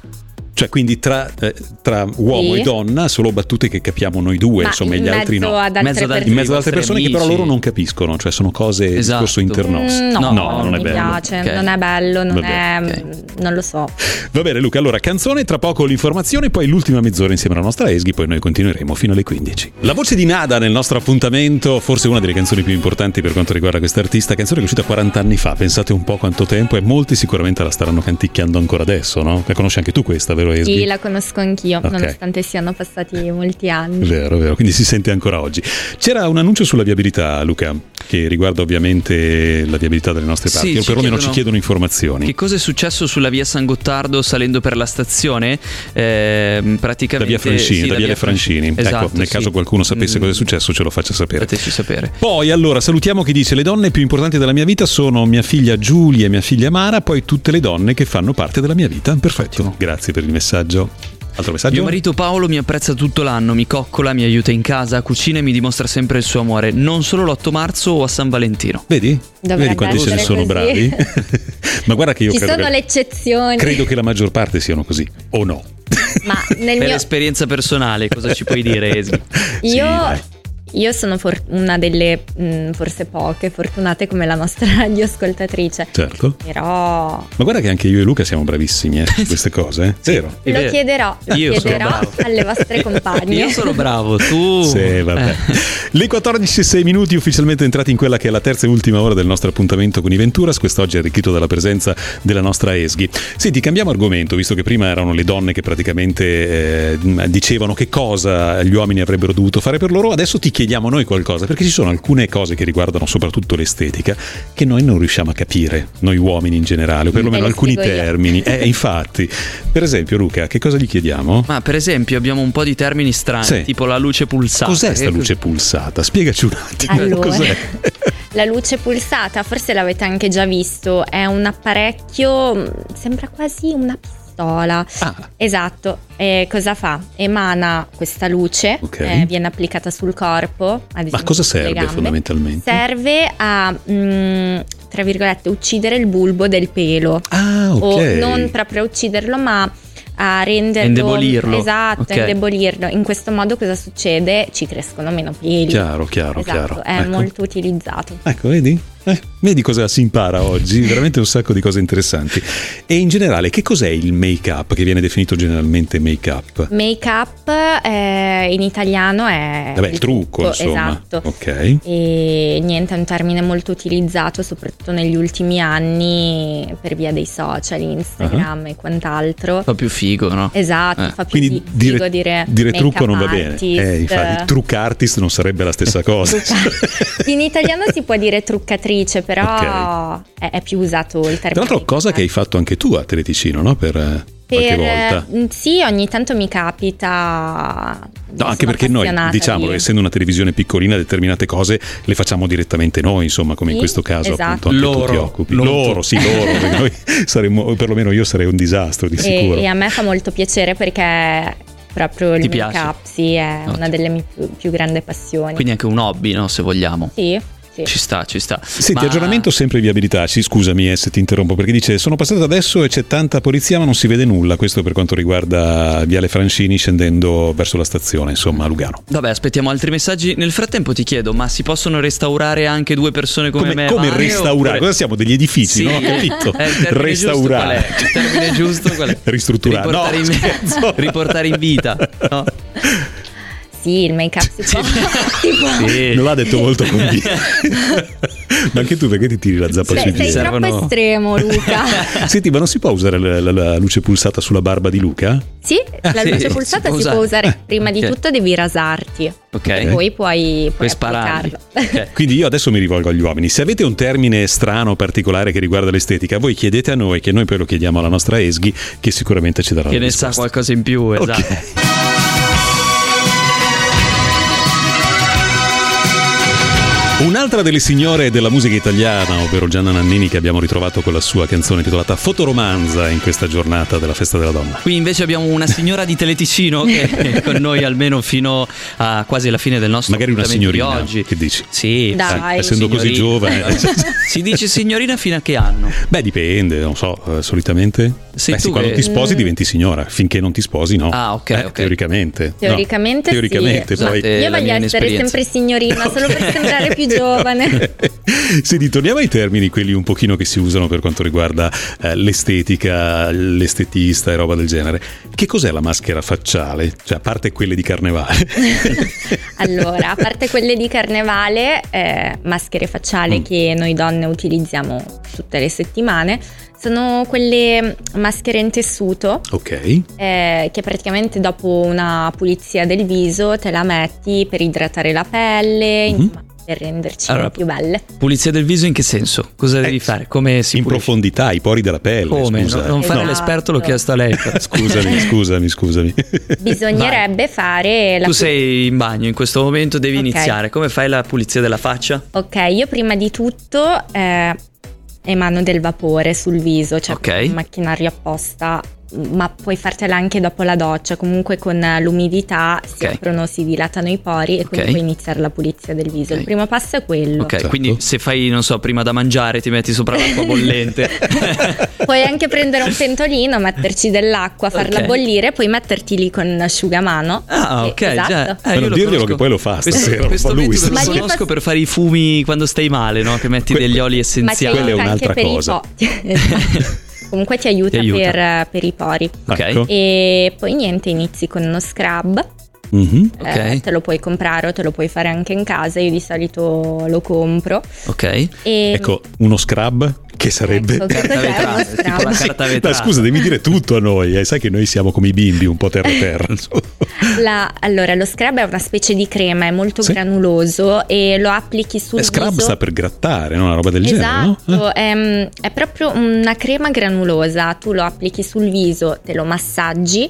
Cioè, quindi tra, eh, tra uomo Sì. e donna, solo battute che capiamo noi due, Ma insomma, e in gli mezzo altri no. ad altre Mezzo ad altri- in persone- mezzo ad altre vostri persone che amici. però loro non capiscono, cioè sono cose di Esatto. discorso internos. Mm, No, non è mi bello. piace, Ok. non è bello, non Vabbè, è... non lo so. Va bene, Luca, allora canzone, tra poco l'informazione, poi l'ultima mezz'ora insieme alla nostra Esghi, poi noi continueremo fino alle 15. La voce di Nada nel nostro appuntamento, forse una delle canzoni più importanti per quanto riguarda quest'artista, canzone che è uscita 40 anni fa, pensate un po' quanto tempo e molti sicuramente la staranno canticchiando ancora adesso, no? La conosci anche tu questa, vero Esghi? Sì, la conosco anch'io, Ok. nonostante siano passati molti anni. Vero, vero, quindi si sente ancora oggi. C'era un annuncio sulla viabilità, Luca, che riguarda ovviamente la viabilità delle nostre Sì, parti, o ci perlomeno chiedono- ci chiedono informazioni. Che cosa è successo sulla via San Gottardo salendo per la stazione? Ehm, Da praticamente via Francini, sì, da via Le Francini. Esatto, ecco, nel sì. caso qualcuno sapesse Mm, cosa è successo, ce lo faccia sapere. Fateci sapere. Poi allora salutiamo chi dice le donne più importanti della mia vita sono mia figlia Giulia e mia figlia Mara, poi tutte le donne che fanno parte della mia vita. Perfetto. Grazie per il messaggio. Altro Mio messaggio? marito Paolo mi apprezza tutto l'anno, mi coccola, mi aiuta in casa, cucina e mi dimostra sempre il suo amore, non solo l'8 marzo o a San Valentino. Vedi? Dovrebbe Vedi quanti se ne essere sono così. bravi? Ma guarda che io Ci credo sono che, le eccezioni, credo che la maggior parte siano così, o no? ma nel Per mio... esperienza personale, cosa ci puoi dire, Esghi? Sì, Io, dai. io sono for- una delle mm, forse poche fortunate come la nostra radioascoltatrice, Certo. però Ma guarda che anche io e Luca siamo bravissimi eh, su queste cose, eh? Vero? È lo vero. chiederò, lo Io sono chiederò bravo. alle vostre compagne. Io sono bravo, tu. Sì, vabbè. Eh. Le 14.06 minuti ufficialmente entrati in quella che è la terza e ultima ora del nostro appuntamento con i Venturas, quest'oggi arricchito dalla presenza della nostra Esghi. Senti, cambiamo argomento, visto che prima erano le donne che praticamente eh, mh, dicevano che cosa gli uomini avrebbero dovuto fare per loro, adesso ti chiediamo noi qualcosa, perché ci sono alcune cose che riguardano soprattutto l'estetica che noi non riusciamo a capire, noi uomini in generale, o perlomeno Te lo alcuni spiego io. termini. Eh, infatti, per esempio Luca, che cosa gli chiediamo? Ma per esempio abbiamo un po' di termini strani, Sì. tipo la luce Eh, pulsata. Cos'è che sta luce pulsata? Spiegaci un attimo Ecco. Allora. cos'è. La luce pulsata, forse l'avete anche già visto, è un apparecchio, mm, sembra quasi una pistola. Ah, Esatto, e cosa fa? Emana questa luce, Ok. eh, viene applicata sul corpo. ad ma esempio cosa sulle serve gambe. fondamentalmente? Serve a, mm, tra virgolette, uccidere il bulbo del pelo. ah, ok. O non proprio a ucciderlo, ma a renderlo... Indebolirlo. Esatto, Ok. indebolirlo. In questo modo cosa succede? Ci crescono meno peli. Chiaro, chiaro, Esatto, chiaro. è ecco. molto utilizzato. Ecco, vedi? Eh, vedi cosa si impara oggi? Veramente un sacco di cose interessanti. E in generale, che cos'è il make-up che viene definito generalmente make-up? Make up eh, in italiano è... Vabbè, il trucco, insomma. Esatto. Ok. E niente, è un termine molto utilizzato soprattutto negli ultimi anni per via dei social, Instagram e quant'altro. Fa più figo, no? Esatto, Eh. fa più Ah. Quindi di- dire, figo dire, dire make-up trucco non va bene. artist. Eh, infatti, truck artist non sarebbe la stessa cosa. Trucca- In italiano si può dire truccatrice, però Ok. è, è più usato il termine. Tra l'altro, cosa che hai fatto anche tu a Teleticino, no? Per, eh, qualche Per- volta. mm, Sì, ogni tanto mi capita. No, sono anche perché noi, diciamo, appassionata diciamolo, di- essendo una televisione piccolina, determinate cose le facciamo direttamente noi, insomma, come in Sì, questo caso appunto esatto. anche tu ti Loro, occupi. loro. sì, loro, perché noi saremmo, perlomeno io sarei un disastro di sicuro. E, e a me fa molto piacere perché proprio Ti il piace? make-up sì, è Ottimo. una delle mie più, più grandi passioni. Quindi anche un hobby, no? Se vogliamo. sì, sì. Ci sta, ci sta. Senti, Ma- aggiornamento sempre viabilità, sì, scusami eh, se ti interrompo, perché dice sono passato adesso e c'è tanta polizia ma non si vede nulla, questo per quanto riguarda Viale Francini scendendo verso la stazione, insomma, a Lugano. Vabbè, aspettiamo altri messaggi. Nel frattempo ti chiedo, ma si possono restaurare anche due persone come, me? Vane, restaurare? oppure- Cosa siamo? Degli edifici, Sì, no? Ho capito. eh, il termine giusto qual restaurare. è? Il termine giusto qual è? Ristrutturare. Riportare, No, in... scherzo. riportare in vita. No? Sì, il make-up si può. si può- Sì. Non l'ha detto molto convinto. ma anche tu perché ti tiri la zappa Sei, sui Cioè, sei piedi? troppo Servono- estremo, Luca. Senti, ma non si può usare la, la- la luce pulsata sulla barba di Luca? Sì, Ah, la sì, luce si pulsata può si può usare. usare. Prima di ok. tutto devi rasarti. Eh? Ok. Poi puoi, puoi Puoi Cioè, spararli. applicarlo. Ok. Quindi io adesso mi rivolgo agli uomini. Se avete un termine strano, particolare che riguarda l'estetica, voi chiedete a noi, che noi poi lo chiediamo alla nostra Esghi, che sicuramente ci darà Che la ne sa risposta. qualcosa in più, esatto. Ok. Un'altra delle signore della musica italiana, ovvero Gianna Nannini, che abbiamo ritrovato con la sua canzone intitolata Fotoromanza in questa giornata della festa della donna. Qui invece abbiamo una signora di Teleticino che è con noi almeno fino a quasi la fine del nostro Magari una appuntamento signorina. di oggi. Che dici? Sì, Dai. sì, Essendo così signorina. giovane. si dice signorina fino a che anno? Beh, dipende, non so, eh, solitamente. Sei Beh, sì, tu quando che- ti sposi diventi signora, finché non ti sposi no. Ah, ok, Eh, ok. Teoricamente. no. Teoricamente sì. esatto. Teoricamente, poi... Scusate, Io la voglio mia essere inesperienza. Esatto. sempre signorina, solo per sembrare più giovane. Senti, torniamo ai termini, quelli un pochino che si usano per quanto riguarda eh, l'estetica, l'estetista e roba del genere. Che cos'è la maschera facciale? Cioè, a parte quelle di carnevale. Allora, a parte quelle di carnevale, eh, maschere facciali Mm. che noi donne utilizziamo tutte le settimane, sono quelle mm, maschere in tessuto Ok. eh, che praticamente dopo una pulizia del viso te la metti per idratare la pelle, Mhm. insomma, per renderci Mm-hmm. Allora, più belle. Pulizia del viso in che senso? Cosa Eh, devi fare? Come si in pulisce? profondità, i pori della pelle. Come? Scusa. No, non fare No. l'esperto, l'ho Esatto. chiesto a lei. però. Scusami, scusami, scusami. Bisognerebbe fare la Tu pul- sei in bagno in questo momento, devi Ok. iniziare. Come fai la pulizia della faccia? Ok, io prima di tutto eh, emano del vapore sul viso, cioè Ok. un macchinario apposta, mm, ma puoi fartela anche dopo la doccia, comunque con l'umidità si Ok. aprono, si dilatano i pori e quindi Ok. puoi iniziare la pulizia del viso. Ok. Il primo passo è quello. Ok, Certo. Cioè, quindi se fai, non so, prima da mangiare ti metti sopra l'acqua bollente. Puoi anche prendere un pentolino, metterci dell'acqua, farla Ok. bollire, poi metterti lì con l'asciugamano. Ah, Eh, ok, esatto. già. Ma non io lo dirglielo conosco. che poi lo fa Questo, stasera, questo un po' lui metodo stasera. lo Ma io conosco fa- per fare i fumi quando stai male, no? Che metti Que- degli oli Ma ti essenziali. Quella è aiuta anche un'altra per cosa. i pori. Esatto. Comunque ti aiuta, Ti aiuta. Per, eh, per i pori. Ok. Ecco. E poi niente, inizi con uno scrub. Mhm. Ok. Eh, te lo puoi comprare o te lo puoi fare anche in casa, io di solito lo compro. Ok. E Ecco, uno scrub che sarebbe... Ecco, che Carta cos'è uno vetrata, scrub? tipo la carta Sì, vetrata. ma scusa, devi dire tutto a noi, eh, sai che noi siamo come i bimbi, un po' terra-terra. insomma. La- allora, lo scrub è una specie di crema, è molto Sì. granuloso e lo applichi sul Eh, scrub viso. sta per grattare, no? una roba del Esatto, genere, no? Eh, è, mm, è proprio una crema granulosa, tu lo applichi sul viso, te lo massaggi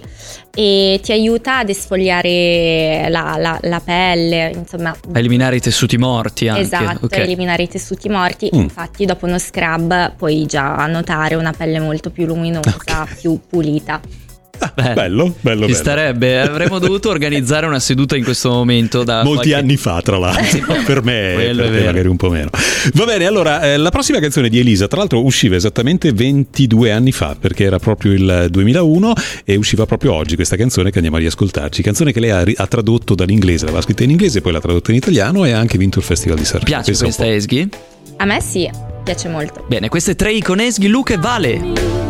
e ti aiuta ad esfoliare la, la- la pelle, insomma... A eliminare i tessuti morti anche. Esatto, ok. eliminare i tessuti morti, Mm. infatti dopo uno scrub puoi già notare una pelle molto più luminosa, Ok. più pulita. Ah, bello, bello, bello. Eh, Ci starebbe, avremmo dovuto organizzare una seduta in questo momento da Molti Ah, qualche- anni fa, tra l'altro, per me, Quello è per te vero. magari un po' meno. Va bene, allora, eh, la prossima canzone di Elisa, tra l'altro, usciva esattamente 22 anni fa, perché era proprio il 2001 e usciva proprio oggi questa canzone che andiamo a riascoltarci. Canzone che lei ha, ri- ha tradotto dall'inglese, l'aveva scritta in inglese, poi l'ha tradotta in italiano e ha anche vinto il Festival di Sanremo. Piace Pensa un questa po'. Esghi? A me sì, piace molto. Bene, queste tre con Esghi, Luca e Vale.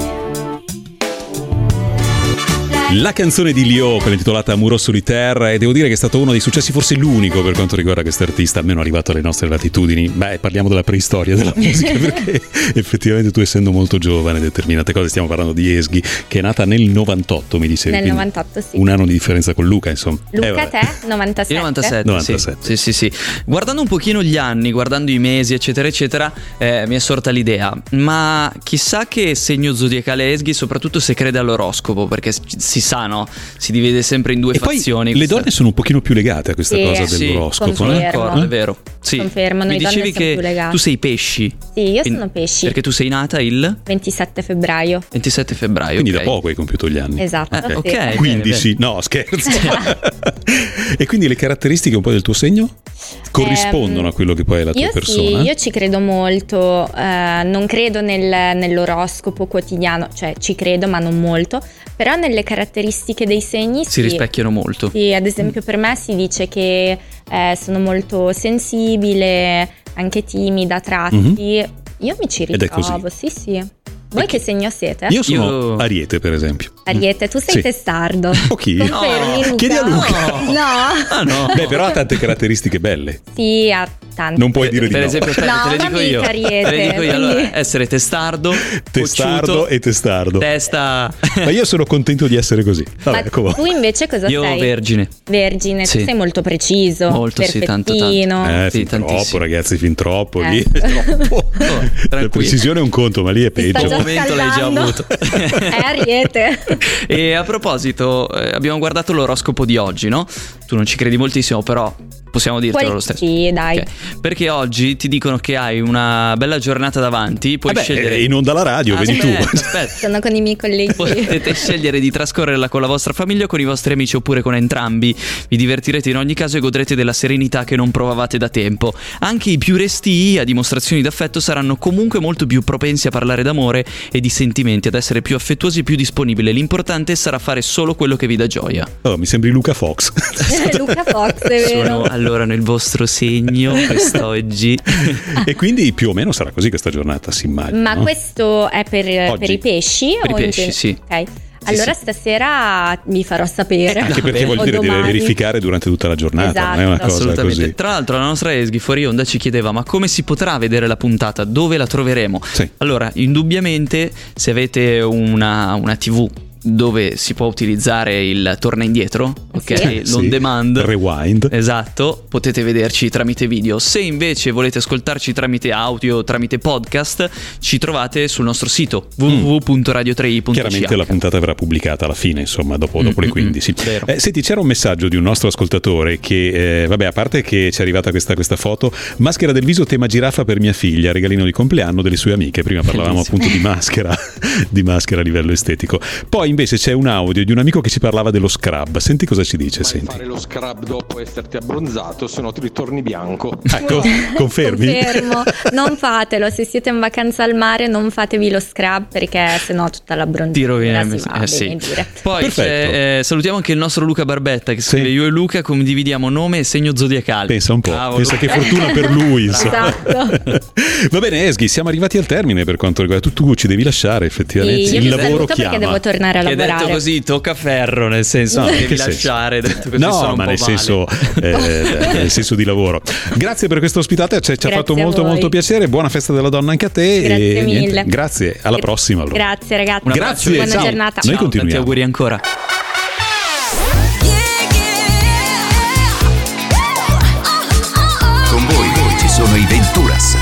La canzone di Lio, quella intitolata Muro di terra, e devo dire che è stato uno dei successi, forse l'unico per quanto riguarda quest'artista, almeno arrivato alle nostre latitudini. Beh, parliamo della preistoria della musica, perché effettivamente tu essendo molto giovane, determinate cose, stiamo parlando di Esghi, che è nata nel 98, mi dicevi. Nel quindi 98 sì. Un anno di differenza con Luca, insomma. Eh, Luca vabbè. te, 97. Il 97, 97. Sì. sì, sì, sì. Guardando un pochino gli anni, guardando i mesi, eccetera, eccetera, eh, mi è sorta l'idea. Ma chissà che segno zodiacale Esghi, soprattutto se crede all'oroscopo, perché s- si sa, no? Si divide sempre in due E poi fazioni. le questa- donne sono un pochino più legate a questa Sì, cosa eh, sì, dell'oroscopo, confermo. eh? Sono d'accordo, Eh? è vero. Sì. Confermo, Mi noi donne dicevi siamo più che legate. tu sei pesci. Sì, io Quindi- sono pesci. Perché tu sei nata il 27 febbraio. 27 febbraio. Quindi ok. da poco hai compiuto gli anni. Esatto. Ah, sì. ok. bene, 15, no scherzo. e quindi le caratteristiche un po' del tuo segno corrispondono a Ehm, quello che poi è la tua Io persona. sì, io ci credo molto, eh, non credo nel- nell'oroscopo quotidiano, cioè ci credo ma non molto, però nelle caratteristiche dei segni Si sì. rispecchiano molto. Sì, ad esempio per me si dice che eh, sono molto sensibile, anche timida a tratti, io mi ci Mhm. Ed è così. ritrovo, sì sì. Voi che segno siete? Io sono Io- Ariete, per esempio. Ariete, tu sei Sì. testardo. Pochino. Confermi, No. Luca? Chiedi a Luca. No. Ah no. Beh, però ha tante caratteristiche belle. Sì, ha tanti. Non puoi dire di per no. esempio, aspetta, No, te le ma dico io. mica Ariete, Te le dico io. quindi- Allora, essere testardo, testardo cocciuto, e testardo. testa. Ma io sono contento di essere così. Ma Vabbè, comunque. tu invece cosa Io sei? vergine. Vergine, Sì. tu sei molto preciso, Molto, sì, tanto, tanto. perfettino. Eh, Sì, fin troppo, tantissimo. ragazzi, fin troppo. Eh. Lì troppo. La Oh, tranquillo. precisione è un conto, ma lì è Ti sta peggio. già momento l'hai già scaldando. avuto. È Ariete. E a proposito, eh, abbiamo guardato l'oroscopo di oggi, no? Tu non ci credi moltissimo, però Possiamo dirtelo Quali- lo stesso. Sì, dai. Ok. Perché oggi ti dicono che hai una bella giornata davanti, puoi Vabbè, scegliere. eh, in onda alla Ah, radio, vedi tu. Aspetta, certo. aspetta. Sono con i miei colleghi. Potete scegliere di trascorrerla con la vostra famiglia o con i vostri amici oppure con entrambi. Vi divertirete in ogni caso e godrete della serenità che non provavate da tempo. Anche i più restii a dimostrazioni d'affetto saranno comunque molto più propensi a parlare d'amore e di sentimenti, ad essere più affettuosi e più disponibili. L'importante sarà fare solo quello che vi dà gioia. Oh, mi sembri Luca Fox. Luca Fox, è Sono vero. allora nel vostro segno quest'oggi. e quindi più o meno sarà così questa giornata, si immagina. Ma no? questo è per, Oggi. per i pesci? Per i o in pesci, gen- sì. Ok. Allora sì. stasera vi farò sapere. Anche Vabbè. perché vuol O dire, dire domani. verificare durante tutta la giornata, non è una Esatto. cosa Assolutamente. così. Tra l'altro, la nostra Esghi fuori onda ci chiedeva: ma come si potrà vedere la puntata? Dove la troveremo? Sì. Allora, indubbiamente, se avete una, una TV dove si può utilizzare il torna indietro, ok? Sì. L'on Eh, Sì. demand. Rewind. Esatto, potete vederci tramite video. Se invece volete ascoltarci tramite audio, tramite podcast, ci trovate sul nostro sito www.radio3i.ch. Mm. Chiaramente la puntata verrà pubblicata alla fine, insomma, dopo, dopo Mm, le mm, 15. mm, vero. Eh, senti, c'era un messaggio di un nostro ascoltatore che, eh, vabbè, a parte che ci è arrivata questa, questa foto, maschera del viso tema giraffa per mia figlia, regalino di compleanno delle sue amiche. Prima parlavamo Bellissimo. appunto di maschera, di maschera a livello estetico. Poi invece c'è un audio di un amico che ci parlava dello scrub. Senti cosa ci dice, Vai a senti. fare lo scrub dopo esserti abbronzato, se no ti ritorni bianco. Ecco, confermi? Confermo. Non fatelo, se siete in vacanza al mare non fatevi lo scrub perché sennò tutta la Ti rovina bronzatura il mess- si va eh, a sì. benedire. Poi Perfetto. c'è, eh, salutiamo anche il nostro Luca Barbetta che Sì. scrive io e Luca condividiamo nome e segno zodiacale. Pensa un po', Bravo, pensa Luca. che fortuna per lui. Insomma. Esatto. Va bene, Esghi, siamo arrivati al termine per quanto riguarda. Tu, tu ci devi lasciare, effettivamente. Sì, io Il vi lavoro saluto chiama. perché devo tornare a Che detto lavorare. così tocca ferro nel senso No, che Esatto. in devi che senso? lasciare detto così sono No, un ma po' nel male. senso, eh, nel senso di lavoro. Grazie per questa ospitata, ci, ci ha Grazie fatto a molto voi. molto piacere. Buona festa della donna anche a te. Grazie e mille. Eh, niente, grazie, alla prossima allora. Grazie ragazzi. Un abbraccio, Grazie, Buona ciao. giornata. Noi Ciao, tanti continuiamo. auguri ancora. Con voi ci sono i Venturas.